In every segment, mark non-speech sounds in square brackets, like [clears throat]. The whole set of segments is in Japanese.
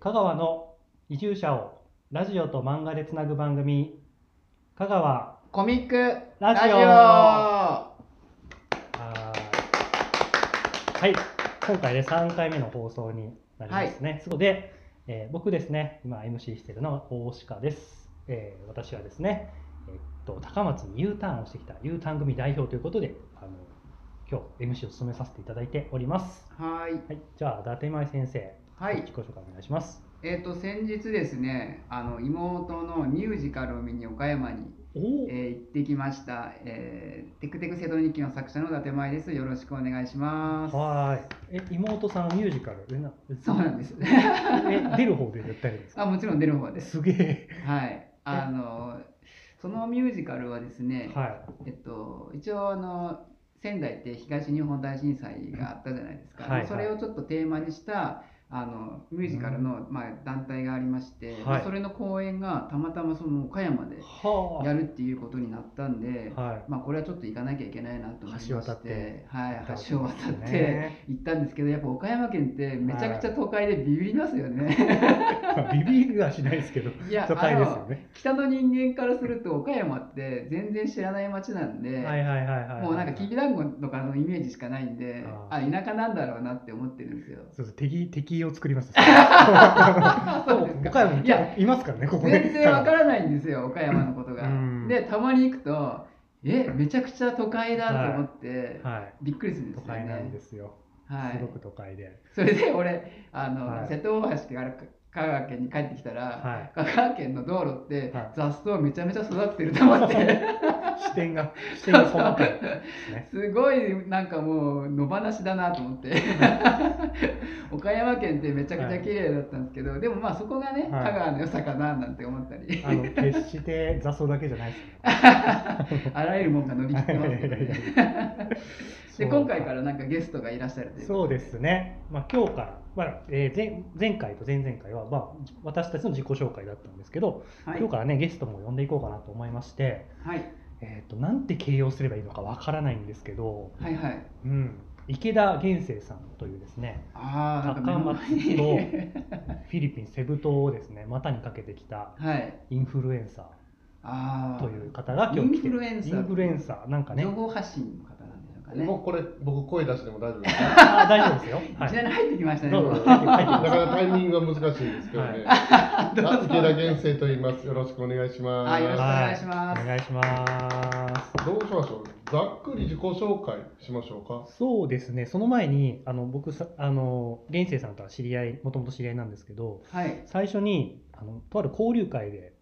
香川の移住者をラジオと漫画でつなぐ番組香川コミックラジオラあーはい今回で3回目の放送になりますね、そこで、えー僕ですね今 MC してるのは大鹿です、えー私はですね、えーっと高松に U ターンをしてきた U ターン組代表ということであの今日 MC を務めさせていただいておりますジオはーいはいじゃあ伊達前先生はい自己紹介お願いしますえっ、と先日ですねあの妹のミュージカルを見に岡山に、おおえー行ってきました、えーテクテク瀬戸日記の作者の伊達舞ですよろしくお願いしますはーい。え、妹さんはミュージカル。え、なそうなんですえ、出る方でやったりですか。あもちろん出る方ですすげえ。はいあのそのミュージカルはですね、はえっと、一応あの仙台って東日本大震災があったじゃないですか、はいはいそれをちょっとテーマにしたあのミュージカルの、まあ、団体がありまして、はいまあそれの公演がたまたまその岡山でい。はやるっていうことになったんで、あ。はい。まあ、これはちょっと行かなきゃいけないなと思いまして橋渡ってはい、橋を渡って、ね行ったんですけどやっぱ岡山県ってめちゃくちゃ都会でビビりますよね。まあビビりはしないですけど、いや都会ですよあのね。北の人間からすると岡山って全然知らない街なんで、はいはいはいはい。もうなんかきびだんごとかのイメージしかないんで、ああ田舎なんだろうなって思ってるんです [laughs] よ。そうそう敵敵を作ります。 [laughs] あそう岡山もいや、いますからねここね。全然わからないんですよ、岡山のことがうん。で、たまに行くと、え、めちゃくちゃ都会だと思って、はい。びっくりするんで都すよ会なんでね。すよ。はすごい。く都会で。それで俺、あの、はい瀬戸大橋から香川県に帰ってきたら、は香川県の道路ってはい雑草めちゃめちゃ育ってると思って、い。 [laughs] 視点が視点が細かいですね。 [laughs] すごいなんかもう野放しだなと思って [laughs] 岡山県ってめちゃくちゃ綺麗だったんですけど、でもまあそこがね、はい香川の良さかななんて思ったりあの決して雑草だけじゃないですから。あらゆるもんが伸びきってますけどいやいね [laughs] でそう今回からなんかゲストがいらっしゃるというそうでですね、まあ、今日から、まあえー前前回と前々回は、まあ、私たちの自己紹介だったんですけど、はい今日からねゲストも呼んでいこうかなと思いまして、はいえー、となんて形容すればいいのかわからないんですけど、はいはいうん、池田源生さんというです [laughs] ねああなんか高松と目の前にフィリピンセブ島をですね股にかけてきたはいインフルエンサあーあという方が今日来てインフルエンサーインフルエンサーなん [laughs] かね情報発信の方なんでしょうかねもうこれ僕声出しても大丈夫です。 [laughs] あー大丈夫ですよ、はいきなり入ってきましたねどうぞもうなかなかタイミングが難しいですけどね。 [laughs] あどうぞ池田源生と言います。よろしくお願いしまあよろしくおす。願いしますはいお願いしますどうしましょう。ざっくり自己紹介しましょうか。そうですね、その前に、あの僕さ、あの現世さんとは知り合い、もともと知り合いなんですけど、はい最初にあのとある交流会で、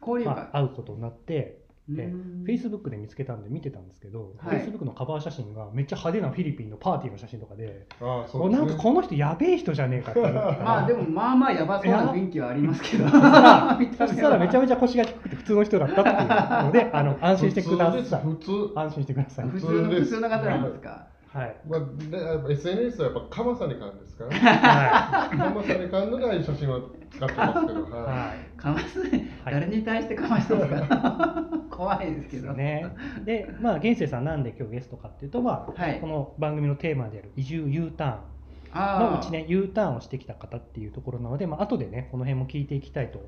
交流会、まあ、会うことになって、うでん Facebook で見つけたんで見てたんですけど、はい Facebook のカバー写真がめっちゃ派手なフィリピンのパーティーの写真とかで、ああ、そおうですなね。んかこの人、やべえ人じゃねえかって思ってまあでもまあまあやばそうな雰囲気はありますけど [laughs] そしたらめちゃめちゃ腰が低くて普通の人だったっていうので、あの安心してください。普通です。普通。安心してください。普普通の通普です通の方なんですかはい。 [laughs] まあでやっぱ SNS はやっぱカマサニカンですから、 [laughs] はカマサニカンのない写真は使ってますけど、い。ははい。かます、はい誰に対してかましたんですか [laughs] 怖いですけどね。で、まあ、現世さんなんで今日ゲストかっていうと、まあ、はいこの番組のテーマである移住 U ターンあのうちね U ターンをしてきた方っていうところなので、まあ後でねこの辺も聞いていきたいと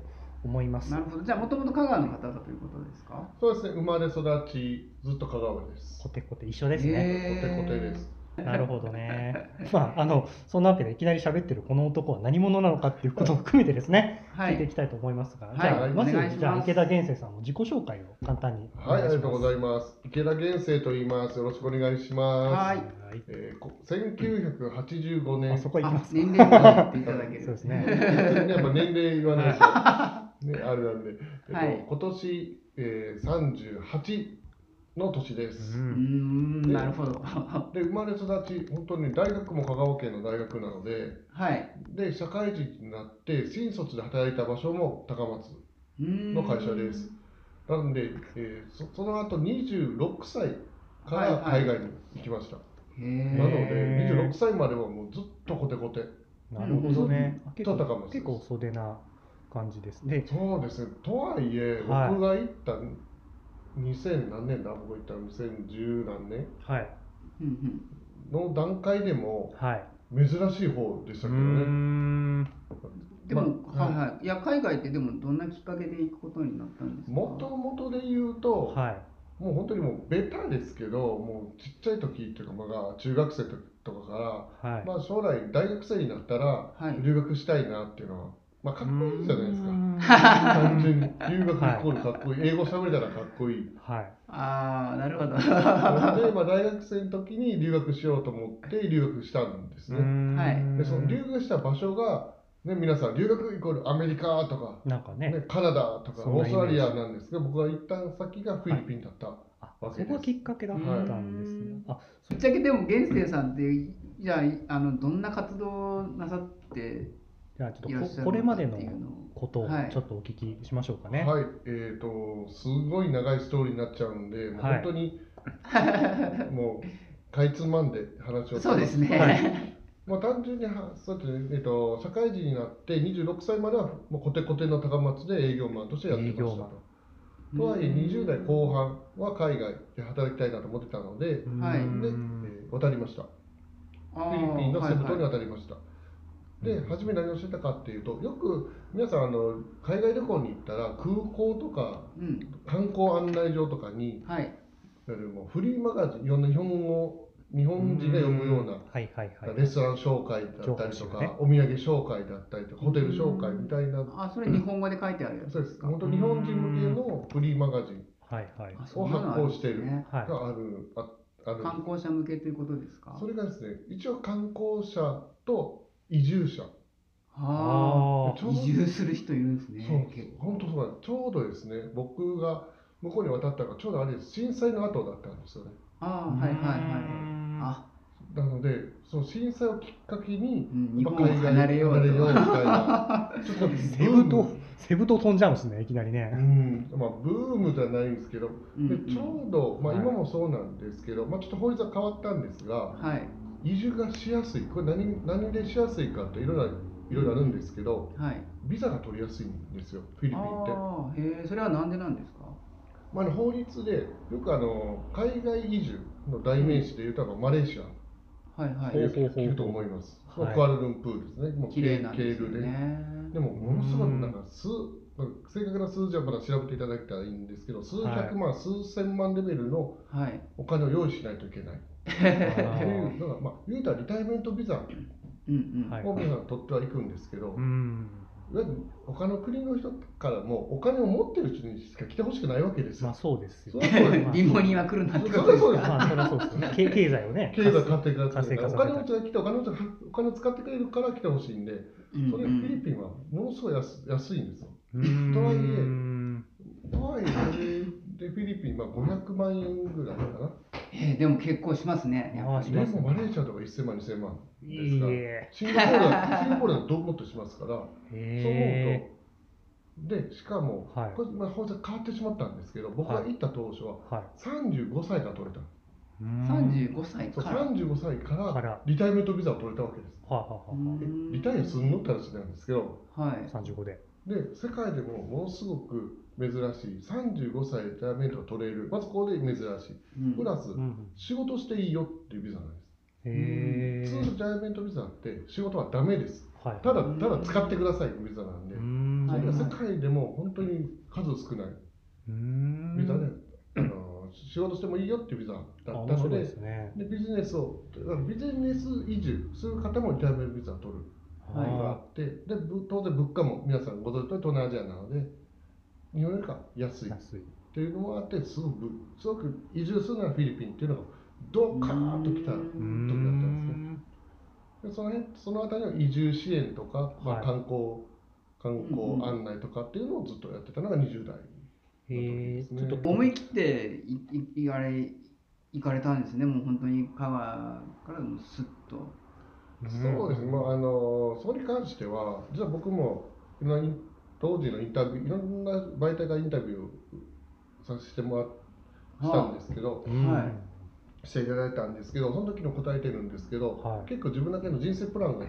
思いますな。るほどじゃあもともと香川の方だということですかい。そうですね。生まれ育ちずっと香川ですコ。テコテ一緒ですね。コテコテです。なるほどね。まああのそんなわけでいきなり喋ってるこの男は何者なのかっていうことを含めてですね、は聞いていいきたいと思いますが、はいじゃあ、はいまずお願いしますじゃあ池田源生さんの自己紹介を簡単におはい、あ願いりしがとうごまざいます。池田源生と言います。よろしくお願いします。はす。いはい。えーこ1985年、あそこ行きあます。年齢を言っていただけそうるですね。普通にやっぱ年齢言わないと、 [laughs] ね、あれなんで、えっとはい今年、えー、38の年でうす、うーん。んなるほどはで生まれ育ち本当に大学も香川県の大学なのでいで社会人になって新卒で働いた場所も高松うーんの会社ですなんで、えーそその後26歳かはらいはい海外に行きました、へなのえでへー26歳まではもうずっとコテコテなるほどね。あ結構ちょっと高松です結構遅手な感じですね。そうですね、とはいえ、はい僕が行った2000何年だ、僕が行ったの2010何年はい。うんうんの段階でもはい。珍しい方でしうーたけどね、ん。でも、まあはいはい、いや海外ってでもどんなきっかけで行くことになったんですかもともとで言うと、はい。もう本当にもうベタですけどもうちっちゃい時っていうかまあ中学生とかかはら、い。まあ、将来大学生になったらはい留学したいなっていうのは、まあ、かっこいいじゃないですかか単純 [laughs] に留学イコールかっこいい英語喋れたらかっこいいはい。ああなるほどな [laughs] ので、まあ、大学生の時に留学しようと思って留学したんですうーねんはいでその留学した場所が、ね、皆さん留学イコールアメリカとか、なんかね、ね、カナダとかそんオなーイスメートラジリアなんですけど僕が行った先がフィリピンだった、あわけそですこがきっかけだったんですうねん。あ、ぶっちゃけでも源生さんってじゃああのどんな活動をなさってじゃあちょいらっっしとゃこるこれまでっのていうのをことをちょっとお聞きしましょうかね。はいえー、とすごい長いストーリーになっちゃうんで、もうはい本当に [laughs] もうかいつまんで話をそうですね、はまあ、単純にはそうですね、えー、と社会人になって26歳まではもうコテコテの高松で営業マンとしてやってました営業マンと。 [laughs] とはいえ20代後半は海外で働きたいなと思ってたので、うーんはいで、えー渡りました。あフーィリピンのセブ島にはいはい渡りました。いはいで、初め何をしてたかっていうと、よく皆さんあの海外旅行に行ったら空港とかうん観光案内所とかにはいいわゆるもうフリーマガジン、いろんな日本語日本人が読むようなはいはいはい。レストラン紹介だったり情と報誌か、がねお土産紹介だったりとか、ホテル紹介みたいな、あそれ日本語で書いてあるやつそうです。本当日本人向けのフリーマガジンはいはい。あそんなのあるんですを発行してるねはい。がある、あある観光者向けということですかそれがですね、一応観光者と移住者、あああちょうど移住する人いるんですねそう結構本当そうなんですちょうどですね僕が向こうに渡ったのがちょうどあれです震災の後だったんですよねあーあはいはいはいうーんあ、なのでその震災をきっかけにうん、日本を離れよう海外とを離れようみた [laughs] いなちょっとブセーブム島、セブ島飛んじゃうんですね、いきなりうね。んまあ、ブームじゃないんですけど、うんうでちんょうど、まあ、はい今もそうなんですけど、まあ、ちょっと法律は変わったんですがはい移住がしやすいこれ何何でしやすいかっていろいろいろいろあるんですけどはいビザが取りやすいんですよフィリピンって。ああへえそれはなんでなんですかまあ、あの法律でよくあの海外移住の代名詞でいうとあのマレーシアはいはってよいく聞くと思います、ほうほうほうまあクアラルンプールですね、もう綺麗なんですよケールでねでもものすごくなんか数まあ正確な数字はまだ調べていただいたらいいんですけど数百万、数千万レベルのはいお金を用意しないといけないあっていーうのが、まあ、言うたらリタイアメントビザをうんうんはい皆さん取ってはいくんですけど、ういん。わゆる他の国の人からもお金を持ってる人にしか来てほしくないわけですよ、まあそうですよ。そりゃそうですまあ [laughs] リモニは来るなってことですそりゃか。まあそりゃそうですよね。経経済をね。経済活性化さ活性せて化おさせたい金持ちが来てお金持ちがお金を使ってくれるから来てほしいんで、うんそれうフィリんピンはものすごい安安いんですよ。うーんとはいとはいえ、でフィリピンは500万円ぐらいかな。えーでも結構しますね。やっぱあしりでまねすもマレーシアとか1000万、2000万ですいいから、え。シンガポールはシンガポールはどうもっとしますから、そう思へうと、で、しかも、え。はい。これ、まあ、法律が変わってしまったんですけど、僕が行った当初ははい。 35歳が取れた、うーん三十五歳そうから。 35歳かかららリタイアメントビザを取れたわけです。はあ、はあはあうはえんリタイアすんのって話なんですけど、はい。あ、35で。で世界でもものすごく珍しい35歳でリタイアメントが取れるまずここで珍しいうんプラスうん仕事していいよっていうビザなんでうん。へえ。す、通常リタイアメントビザって仕事はダメですはい。ただうんただ使ってくださいってビザなんで、うーん。それがはい世はい界でも本当に数少ないうーんビザで、あの仕事してもいいよっていうビザだったあの面白でいですね。でビジネスをだからビジネス移住する方もリタイアメントビザを取るはいがあって、でぶ当然物価も皆さんご存知の通り東南アジアなので日本よりか安い安い。っていうのもあってすごくすごく移住するのはフィリピンっていうのがドカーンときたうんうー時だったんですん。でその辺その辺りの移住支援とか、まはあ、い観光観うんうん光案内とかっていうのをずっとやってたのが20代へえ。ちょっと思い切っていいいあれ行かれたんですね。もう本当に川からもすっと。そうですね、まあ、あのそれに関しては実は僕もいろんなイン当時のインタビューいろんな媒体がインタビューをさせてもらしたんですけど、うんはいしていただいたんですけどその時の答えてるんですけど、はい結構自分だけの人生プランが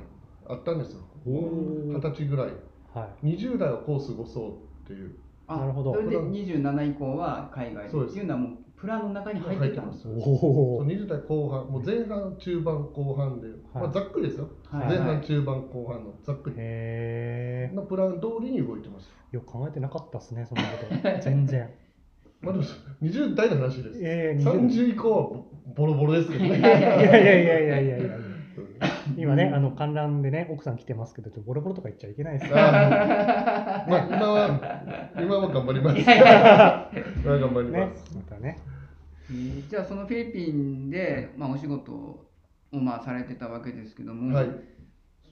あったんですよおー二十歳ぐらいはい。 20代をコースごそうっていうああなるほどそれで27以降は海外でそうっですていうのはもうプランの中に入ってたんです。入っておそうお。 20代後半、もう前半、中盤、後半で、はいまあ、ざっくりですよ、はい前は半、い中盤、後半のざっくりへえ。のプラン通りに動いてました。よく考えてなかったですね、そんなこと。 [laughs] 全然。まあ、でも20代の話です。ええー、20 30以降はボロボロですけどね。いやいやいやいやいやいや。うん今ね、あの観覧でね、奥さん来てますけど、ちょっとボロボロとか言っちゃいけないですよ。あーまあ、今は、今は頑張ります。いやいやいや [laughs] 今は頑張りまねす。、またね。えーじゃあそのフィリピンで、まあ、お仕事を、まあ、されてたわけですけども、はい、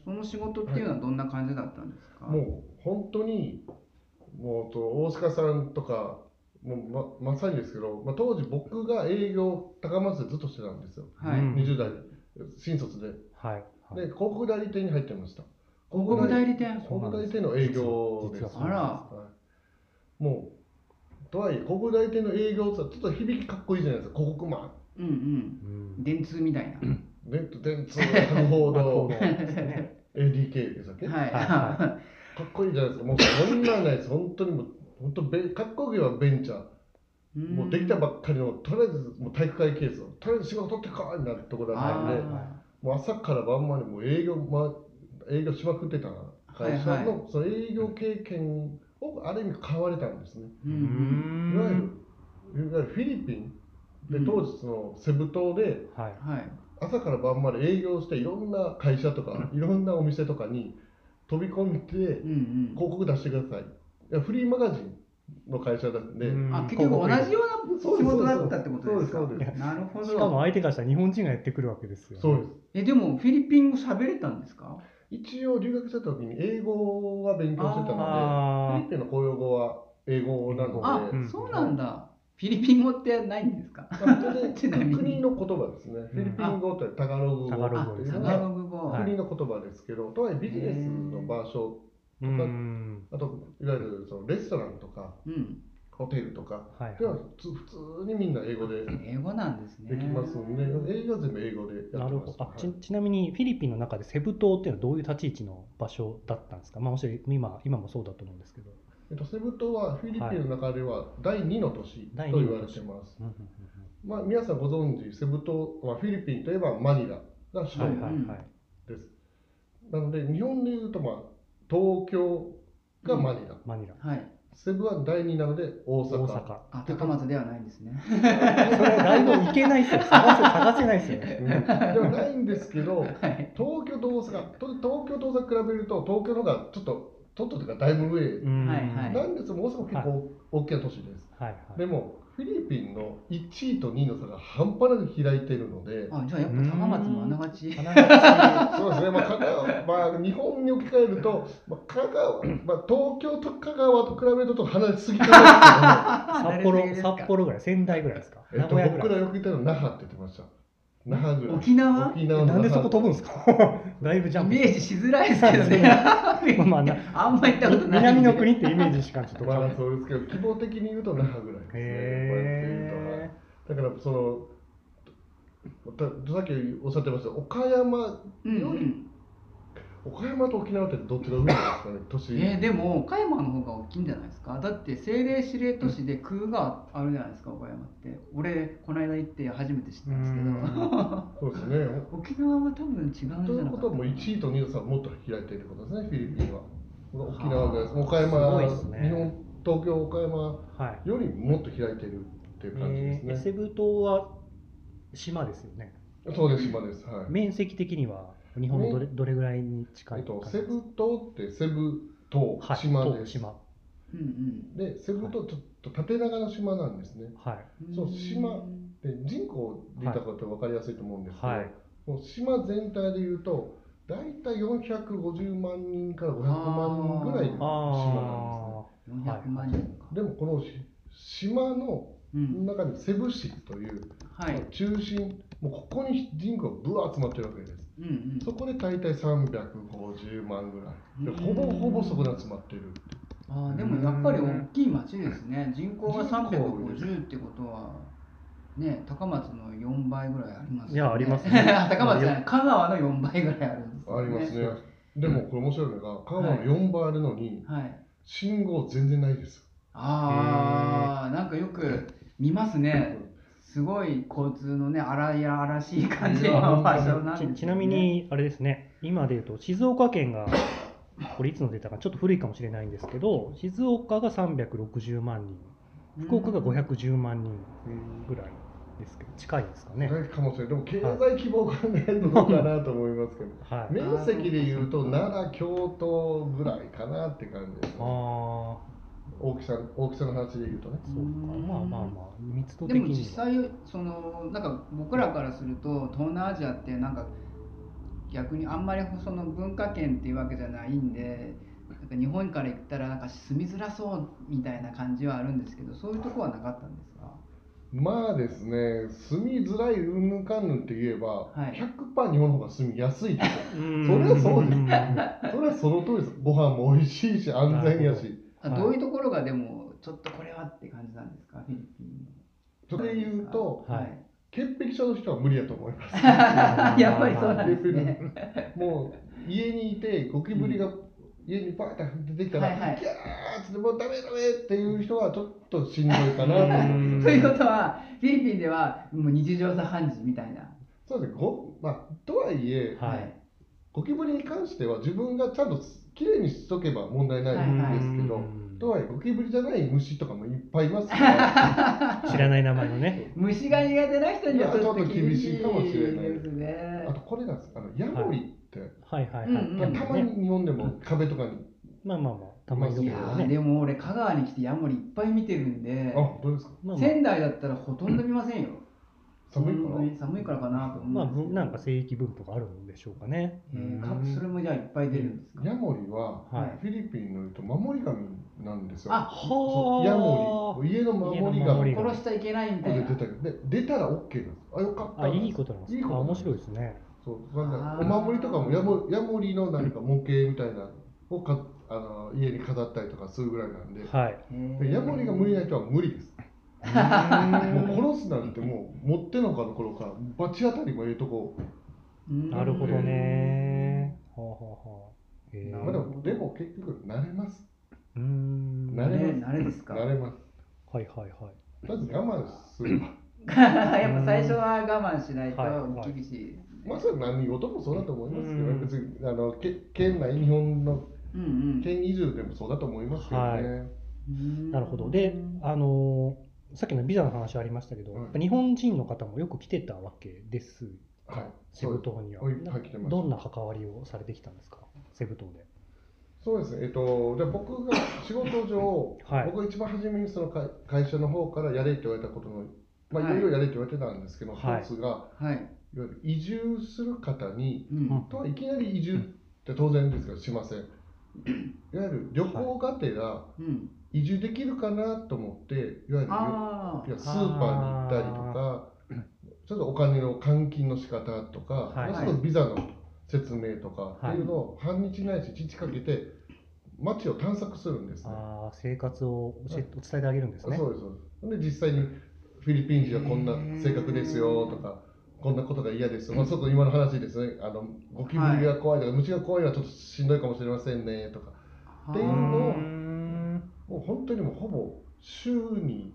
その仕事っていうのはどんな感じだったんですか、もう本当に、もうと大塚さんとか、もうままさにですけど、まあ、当時僕が営業高松でずっとしてたんですよ。はうい、ん20代新卒で。はい。はいで、広告代理店に入ってました。広告代理店広告代理店の営業です。実はあらはいもう、とはいえ、広告代理店の営業って言ったらちょっと響きかっこいいじゃないですか、広告マうン。んうんうん。電通みたいな、ネット電通、博 [laughs] 報堂な、るほどですね ADK でしたっけ、はい、はかっこいいじゃないですか、もうそんなんないです、本当にもう、本当べ、かっこいいはベンチャー。 [laughs] うんもうできたばっかりの、とりあえずもう体育会系ですよ、とりあえず仕事取ってこいみたいなところだったんあで、もう朝から晩までもう営業,、ま、営業しまくってた会社の、はいはいその営業経験をある意味買われたんですね。うーうんいわん。ゆるいわゆるフィリピンでうん当時そのセブ島ではい。うんはい朝から晩まで営業していろんな会社とかいろんなお店とかに飛び込んでうん広告出してくださいいやフリーマガジンの会社なんで、ううんん、あ結局同じようなそう仕です事だったってことですかそうですそうでなるほしかもど相手からしたら日本人がやってくるわけですよ、そうですえでもフィリピン語喋れたんですか一応留学してた時に英語は勉強してたのでフあィリピンの公用語は英語なあの、でうんそうなんだフィリピン語ってないんですかまあ本当にちなみに国の言葉ですね、フィリピン語ってタガログ語タガロあグ語ですねタガログ語、はい国の言葉ですけど、とはいえビジネスの場所あ。うん。あといわゆるそのレストランとかうんホテルとかはい。では普通普通にみんな英語で英語なんですねできますんで、英語は全部英語でやなってるまほす。どあはいちちなみにフィリピンの中でセブ島っていうのはどういう立ち位置の場所だったんですか、まあ、もし今今もそうだと思うんですけど。えっと、セブ島はフィリピンの中では第2の都市と第言二の都市われてます。うんうんまあ、皆さんご存知、セブ島、まあ、フィリピンといえばマニラが首うんうんはい都はいはい。です。なので、日本でいうと、まあ、東京がマニラ、マニラ。はいセブは第2なので大阪。大阪。あ高松ではないんですねそれだいぶいけないっすよ。探せ探せないっすよね。 [laughs] うんではないんですけど、 [laughs] はい東京と大阪、と東京と大阪比べると、東京の方がちょっと、ちょっとというか、だいぶ上、うんはいはいなんですが、大阪も結構大きな都市です。はいはでい。もフィリピンの1位と2位の差が半端なく開いてるので、あじゃあやっぱ高松もあながち神奈川そうですね、まあ、香川まあ、日本に置き換えると、まあ、香川、まあ、東京と香川と比べるとちょっと離れすぎてま札幌札幌ぐらい仙台ぐらいですか。すけど、ね、え名っと古屋ぐらいです僕らよく言ったのは那覇って言ってました。那覇ぐらい。沖縄沖か。縄の那覇なんでそこ飛ぶんですか。 [laughs] だいぶジャインプメージしづらいですけどねまあまあな [laughs] あんま行ったことない南の国ってイメージしかちょっとまわかんあない。そうですけど、希望的に言うと那覇ぐらいですね。こうやって言うとはいへだからそのたさっきおっしゃってました岡山うん、うん岡山と沖縄ってどっちが上なんですかね都市えーでも岡山の方が大きいんじゃないですかだって政令指令都市で空があるじゃないですか岡山って俺この間行って初めて知ったんですけうどそうですね [laughs] 沖縄は多分違うんじゃなかったということはもう1位と2位の差はもっと開いていることですね、フィリピンは。沖縄ぐらいです。岡山、すごいですね日本、東京、岡山はい。よりもっと開いているっていう感じえーでエすセね。ブ島は島ですよね。そうです、島です。はい。面積的には日本のどれどれぐらいに近えいっ感とじ、ですセかブ島ってセブ島、はい、島とです。島。うんうんで、セブ島ちょっと縦長の島なんですね。はい。そう島で人口で言ったこと分かりやすいと思うんですけど、はいもう島全体で言うと、大体450万人から500万人ぐらいのあ島あ。 400万人か、なんですね。でもこのし島のうん中にセブ市というはい中心、もうここに人口がぶわー集まってるわけです。うんうんそこで大体350万ぐらういんで。ほぼほぼそこに集まってる。あーでもやっぱり大きい町ですね人口が350ってことはね高松の4倍ぐらいありますいやありますね [laughs] 高松じゃない香川の4倍ぐらいあるんですよありますね。でもこれ面白いのが、香川はのい4倍あるのに、はい信号全然ないです。ああ、なんかよく見ますね。すごい交通のね、荒い荒しい感じの場所なんです、ね、ちちなみ、にあれですね今でいうと静岡県がこれいつのデータかちょっと古いかもしれないんですけど静岡が360万人福岡が510万人うんぐらいですけど近いですかね、ないかもしれないでも経済規模がねどうかなと思いますけどはい、面積でいうと奈良京都ぐらいかなって感じですああね大きさ大きさの話でいうとねそうかまあまあまあ密度で的にもは実際そのなんか僕らからすると東南アジアってなんか逆にあんまりその文化圏っていうわけじゃないんでなんか日本から行ったらなんか住みづらそうみたいな感じはあるんですけどそういうとこはなかったんですかまあですね住みづらいうんぬんかんぬんって言えば、はい100%日本の方が住みやすいですようんそれはそうですそれはその通りですご飯も美味しいし安全やしあはいどういうところがでもちょっとこれはって感じなんですかフィリピンのそれで言うとはい潔癖症の人は無理やと思いますあーやっぱりそうなんですね。 [laughs] もう家にいてゴキブリが家にパーッて出てきたら、はいはいギャーッつってもうダメダメっていう人はちょっとしんどいかなとう思う。んということはフィリピンではもう日常茶飯事みたいな。そうですね。ごまあとはいえはいゴキブリに関しては自分がちゃんときれいにしとけば問題ないんですけうど、んとはいえゴキブリじゃない虫とかもいっぱいいま [laughs] すから、知らない名前のね虫が苦手な人にはちょっと厳しいいやちょっと厳しいかもしれないですねあ。とこれなんですあのヤモリって、はいはいはい、うんうんたまに日本でも壁とかに、まあまあまあたまにどいこやかーねでも俺香川に来てヤモリいっぱい見てるんであどうですかまあまあ仙台だったらほとんど見ませんよ。寒いか本当らに寒いからかなとま思あ、うんですけどぶなんか聖域分布があるんでしょうかね。えーうかんそれもじゃあいっぱい出るんですか。ヤモリははいフィリピンの言うと守り神なんですよ。あそうヤモリ家の守り家の守り神殺しちゃいけないみたいでな出た。けどで出たら OK なんですあよかったあ、いいことなんですいいことあなんで面す白いですね。そうなんかあおー守りとかもヤモヤモリの何か模型みたいなのをかあの家に飾ったりとかするぐらいなんで、はい。へーヤモリが無理な人は無理ですなもう殺すなんてもう持ってのかの頃から罰当たりもええとこ、うんるほどね。はあ、はあはあ。えまあ、でー、もでも結局慣れますうーん。慣はれいますね慣れですか。慣れますはいはい。まず我慢すれば [laughs] やっぱ最初は我慢しないとはい厳しい。 [laughs] まあそれは何事もそうだと思いますけど、うん別にあのけ県内日本のうんうん県移住でもそうだと思いますけどね、はいうん。なるほど。で、あのーさっきのビザの話ありましたけど、はいやっぱ日本人の方もよく来てたわけです。はいセブ島には。そうですはい来てましたどんな関わりをされてきたんですか、セブ島で。そうですね、えっと、じゃあ僕が仕事上、はい僕が一番初めにその会会社の方からやれって言われたことの、まあ、はいいろいろやれって言われてたんですけど、はい一つが、はい。いわゆる移住する方に、うんうんとはいきなり移住って当然ですけど、しません。いわゆる旅行がてら、うん。移住できるかなと思って、いわゆるあいやスーパーに行ったりとか、ちょっとお金の換金の仕方とか、はいまあちょっとビザの説明とかっていうのを半日ないし1日かけて街を探索するんですね。ああ、生活を教え、お伝えてあげるんですね。そうですそうですで実際にフィリピン人はこんな性格ですよとか、こんなことが嫌ですよ、まあ、ちょっと今の話ですね、あのゴキブリが怖いとか、虫が怖いのはちょっとしんどいかもしれませんねとか、あ。っていううーのをんもう本当にもうほぼ週に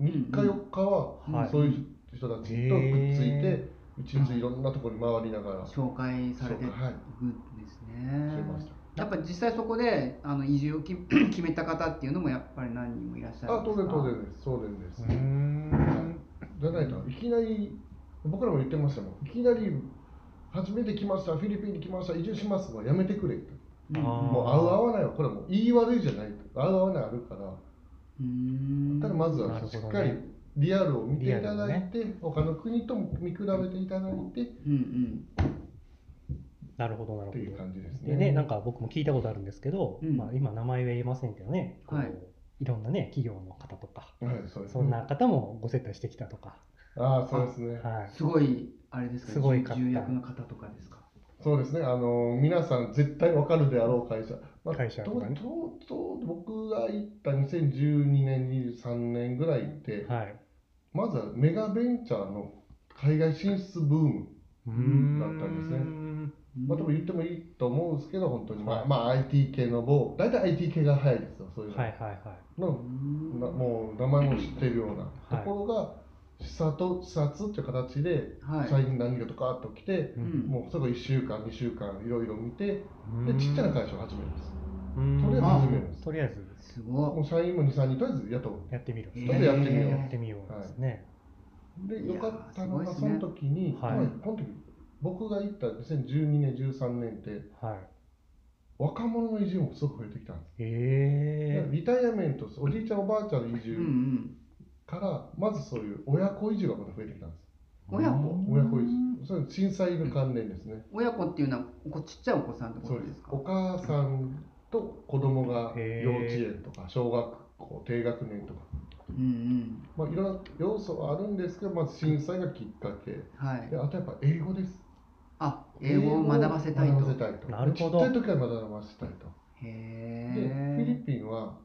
3日、4日ははいそういう人たちとくっついてへ、一日いろんなところに回りながら、そう紹介されてるはい、んですしねて。ました。やっぱ実際そこであの移住をき [clears throat] 決めた方っていうのもやっぱり何人もいらっしゃるあ、んで当すか然当然です。そうなんでうすー。んじゃないと、いきなり、僕らも言ってましたもん、いきなり、初めて来ました、フィリピンに来ました、移住しますはやめてくれと。うんあーもう合う合わないは、これはもう言い悪いじゃないと。合う合わないあるから、うーん。ただまずなるはほしどねっかりリアルを見ていただいて、他の国とも見比べていただいてっうんうん。なるほどなるほていうど。感じですね。でね、なんか僕も聞いたことあるんですけど、うんまあ、今名前は言えませんけどね、こうはいいろんなね企業の方とか、はい、そうです、そんな。方もご接待してきたとか、ああ、そうですね。はい、すごいあれですか。すごい方重役の方とかですか。そうですね、あの皆さん絶対わかるであろう会社、まあ会社ととかねとと僕が行った2012年、23年ぐらいって、はい、まずはメガベンチャーの海外進出ブーム、うーだったんですねんまあ、でも言ってもいいと思うんですけど、本当に、まはあ、いまあ、IT 系の某、大体 IT 系が早いですよ、そういうの。はいはいはい。のうんなもう名前も知ってるようなとはいころが、視察視察っていう形で、はい社員何人かとかっと来て、ううんもうすぐ1週間、2週間、いろいろ見て、でちっちゃな会社を始めるんです。うんとりあえず始めるんですとりあえずすごもう社員も2、3人、とりあえず雇う。やってみる。い。ちょっとやってみようやってみようですね。で、いやーよかったのすごいが、っすそねの時に、はいまあこの時僕が行った2012年、13年って、はい。若者の移住もすごく増えてきたんです。だえからリタイアメント、おじいちゃん、おばあちゃんの移う住んうん。から、まずそういう親子移住がまた増えてきたんです。え。親子うん親子移住。それ震災の関連ですね。親子っていうのはお子ちっちゃいお子さんってこそうとでですす。かお母さんと子供がへー幼稚園とか小学校低学年とか、うんまあいろんな要素はあるんですけど、まず震災がきっかけ。うんはいであとやっぱ英語です。あ英語を学ばせたい英語とを学ばせたいとなるほどちっちゃい時から学ばせたいと。へでフィリえピンは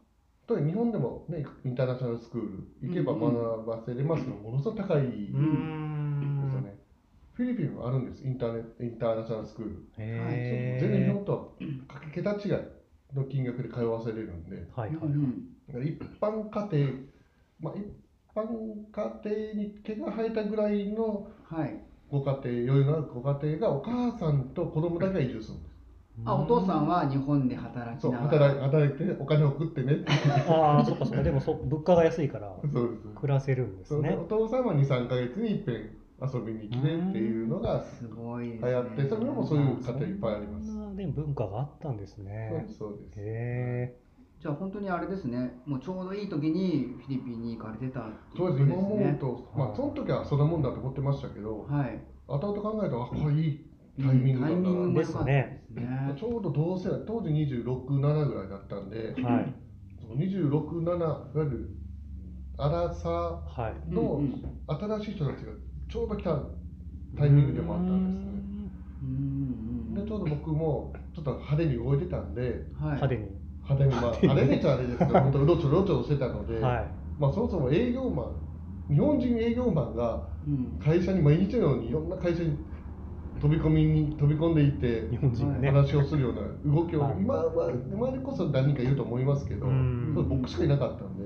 例えば日本でも、ね、インターナショナルスクール行けば学ばせれますけど、ものすごく高いですうよーね、ん。フィリピンもあるんですインターネインターナショナルスクール、へえ。全然日本とはかけ桁違いの金額で通わせれるんではいはいうんうはい。ん一般家庭、まあ、一般家庭に毛が生えたぐらいのはいご家庭余裕のあるご家庭がお母さんと子供だけが移住するんですあお父さんは。は日本で働きそうながら働い働いてお金を送ってねってああ、そっかそっか。でもそ物価が安いからそうです暮らせるんですそうねお。父さんは23か月にいっぺん遊びに来てっていうのがすごいです流ね行ってそれもそういう家庭いっぱいありますそんなでも文化があったんですね。そうですそうですへえ。じゃあ本当にあれですねもうちょうどいい時にフィリピンに行かれてたっていそうこうとです今思うねと、まあ、その時はそんなもんだと思ってましたけどはい後々考えたらあこれいいタイミングだタイミングなも良かったですねちょうど同世代当時267ぐらいだったんではい267いわゆるアラサはい。ーのうん新しい人たちがちょうど来たタイミングでもあったんですねうんうんでちょうど僕もちょっと派手に動いてたんで [laughs] はい派手に。派手にまあ派手にちゃあれですけど本当うろちょろちょろしてたので、はまあ、そもそも営業マン日本人営業マンがうん会社に毎日のようにいろんな会社に飛び込みに飛び込んでいってい。日本人がね。話をするような動きを、はい今は今でこそ何人かいると思いますけど、うん僕しかいなかったんで、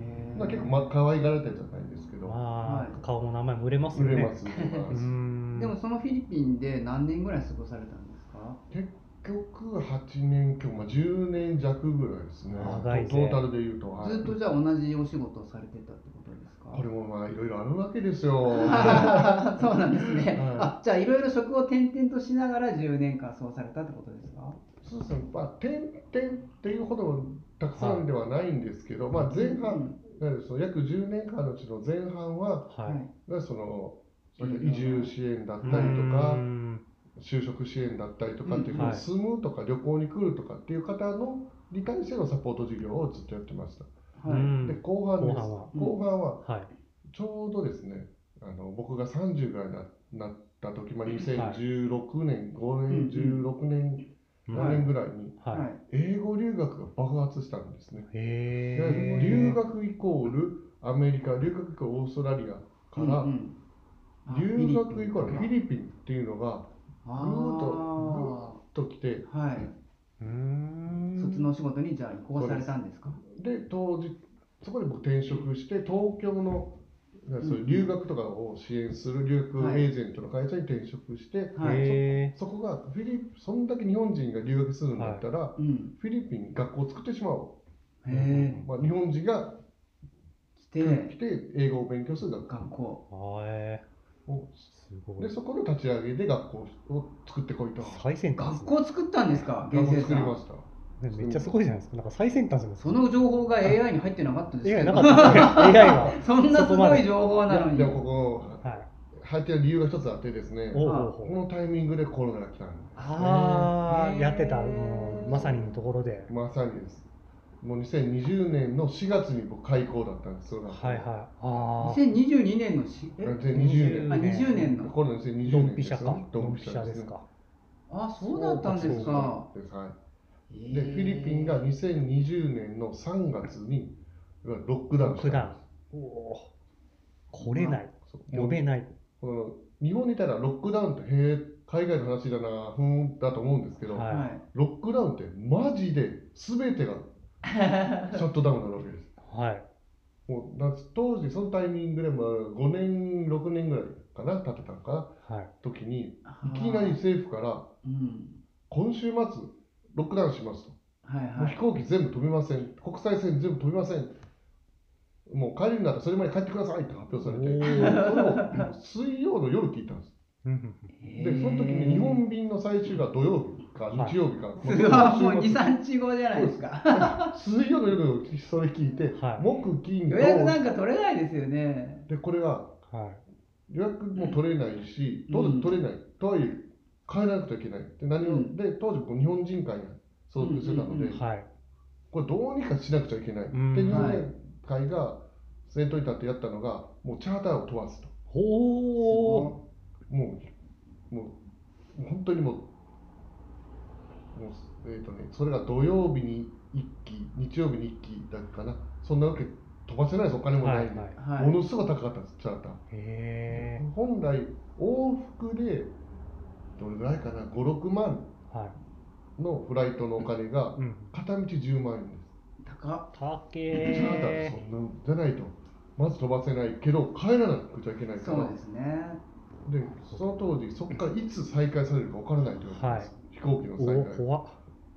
へーまあ、結構ま可愛がられてたじゃないですけど、まはあい顔も名前も売れますよ売ね。れます、売れうーますん。でもそのフィリピンで何年ぐらい過ごされたんですか結局8年今日、まあ、10年弱ぐらいですね長いぜトータルでいうと、はいずっとじゃあ同じお仕事をされてたってことですかこれもまあいろいろあるわけですよ。あ [laughs] そうなんですね、はいあじゃあいろいろ職を転々としながら10年間そうされたってことですかそうですね、まあ、点々っていうほどたくさんではないんですけど、まあ、前半、いわゆるその約10年間のうちの前半は、はい。いわゆるそのそれ移住支援だったりとうーか、ん就職支援だったりとかっていう、うんはい住むとか旅行に来るとかっていう方のに対してのサポート事業をずっとやってました。うはいんで後半です後半はうん後半ははい。ちょうどですね、あの僕が30ぐらいにななった時、まあ、2016年、5うんうん年、16年、うん7年ぐらいに、ははい英語留学が爆発したんですね。い。へいわゆえ。る留学イコールアメリカ、留学イコールオーストラリアかうんらう、んあ留学イコールフィピンリピンっていうのがあぐーっとぐーっと来て、ーはい、うーん。そっちのお仕事にじゃあ移行されたんですかで当時そこで僕転職して東京のそういう留学とかを支援する留学エージェントの会社に転職して、はいへそこがフィリピンそんだけ日本人が留学するんだったら、うんフィリピンに学校を作ってしまおへえう、まあ、日本人が来来てて英語を勉強する学学校ーはえ校をー。すごでい。そこの立ち上げで学校を作ってこいと最先端です学ね。校作ったんですか厳学校正作さりまんしたねめっちゃすごいじゃないですか。なんか最先端じゃないですそか。の情報が AI に入ってなかったです以け外どなかったですね。以外は。 [laughs] そんなすそこまごでい情報なのいやにでもここはい。入ってる理由が一つあってですねおうあおこうおう。のタイミングでコロナが来たんでああ、へーやってた。もうまさにのところで。まさにです。もう2020年の4月に僕開校だったんですよ。はいはい。ああ。 2022年のしえ2020あ年。 20年のコロナ2020年ドンピシャですかね。。ドンピシャですか。あそうだったんですかそうですはでい。で、フィリピンが2020年の3月にいわゆるロックダウンし普た段。おおー。来れない。そう呼べない。この日本にいたらロックダウンと閉海外の話だな、ふーんだと思うんですけど、はいロックダウンってマジで [laughs] 全てがシャットダウンになるわけです。はい。もうだ当時、そのタイミングでも5年、6年ぐらいかな、経ってたのかな、はい。時に、はいいきなり、政府から、うん、今週末、ロックダウンしますと、はいもうは飛い行機全部飛びません、国際線全部飛びません、もう帰るならそれまで帰ってくださいって発表されて、おそれを水曜の夜聞いたんです。うんで、その時に日本便の最終が土曜日かはい日曜日か、それはもう週末23日後じゃないですか水曜の夜それ聞いて、はい木金予土約なんか取れないですよねでこれがはい。予約も取れないし、うん当然取れない、とはいえ帰らなくてはいけないって何を、うんで当時こう日本人会が遭遇してたのうんうんで、うんはい。これどうにかしなくちゃいけない、うんっていうはいね会が先頭に立ってやったのがもうチャーターを問わずとほー。もうもうもう本当にもうもうえっ、とねそれが土曜日に1機日曜日に1機だけかなそんなわけ飛ばせないですお金もないんで、はいはいものすごい高かったんですチャーター。へ本来往復でどれぐらいかな56万ー。はい。のフライトのお金がうん。片道10万円です、高ったチャーターけでそんなじゃないとまず飛ばせないけど帰らなくちゃいけないからそうですねでその当時そこからいつ再開されるか分からないというわけです、飛行機のお再ー開怖っ。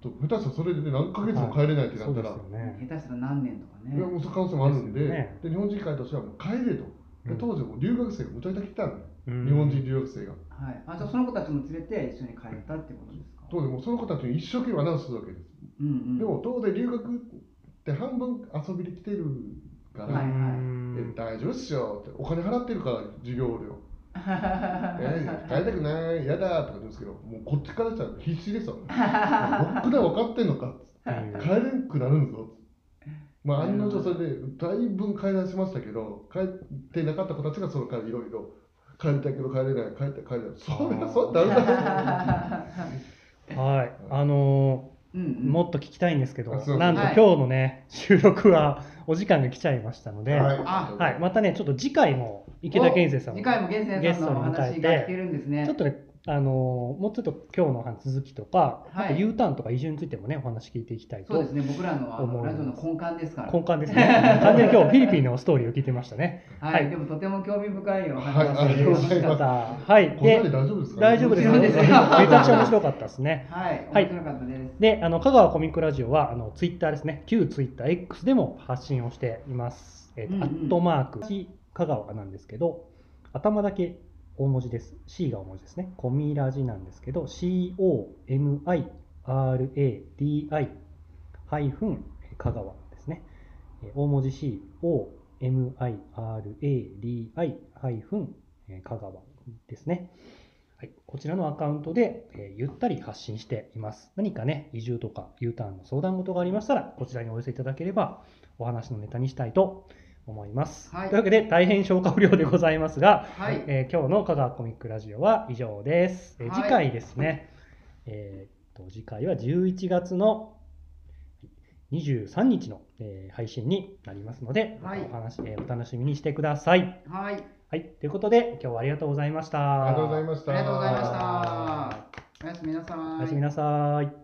と下手したらそれで何ヶ月も帰れないってなそっうたでら、すよね。下手したら何年とかいやねもうその可能性もあるんで,、ですよねで日本人会としてはもう帰れとうでん当時もう留学生がむちゃくちゃ来たんで、うん日本人。留学生がはいあじゃあその子たちも連れて一緒に帰ったってことですか当時もうその子たちに一生懸命アナウンスするわけですうん [laughs] うんでも当然留学って半分遊びで来てるかはら、いえ大丈夫っすよってお金払ってるから授業料、えー帰りたくないやだとか言うんですけどもうこっちからしたら必死 [laughs] ですよ僕ら分かってんのかうん帰れんくなるんですよまあ案の定それでだいぶ会談しましたけど帰ってなかった子たちがそのからいろいろ帰りたいけど帰れない帰りたい帰れないそれはそうだめだはい。あのー、うんうんもっと聞きたいんですけど、あそうなんとはい今日のね、収録はお時間が来ちゃいましたので、はあい、またね、ちょっと次回も池田健生さん次も、回も源泉さんのお話が聞けるんですねちょっとね、あのーもうちょっと今日のお話続きとか、はあいと U ターンとか移住についてもね、お話聞いていきたいと。そうですね僕らのあのラジオの根幹ですから根幹ですね。完全に今日フィリピンのストーリーを聞いてましたね。はい、はいでもとても興味深いおはい話ありがとうございまますたはい。こんなで、で大丈夫ですか大丈夫です。面白いめでちすゃねくちゃ面白かったですね。はい、はい面白かったです。で、あの香川コミックラジオはあのツイッターですね、旧ツイッター X でも発信をしています。えっ、と、うんうんアットマーク、香川なんですけど、頭だけ大文字です。C が大文字ですね。コミラジなんですけど、C-O-M-I-R-A-D-I ハイフン香川ですね。えー大文字 C-O-M-I-R-A-D-I ハイフン香川ですね。はい、こちらのアカウントで、えーゆったり発信しています。何かね、移住とか U ターンの相談事がありましたら、こちらにお寄せいただければ、お話のネタにしたいと思います。はいというわけで、大変消化不良でございますが、はい、えー今日の香川コミックラジオは以上です。えーはい次回ですね、えーっと次回は11月の23日の、えー配信になりますので、またはいお話、えーお楽しみにしてください。はい、はい、ということで今日はありがとうございました。ありがとうございましたありがとうございましたはおやすみなさい。おやすみなさい。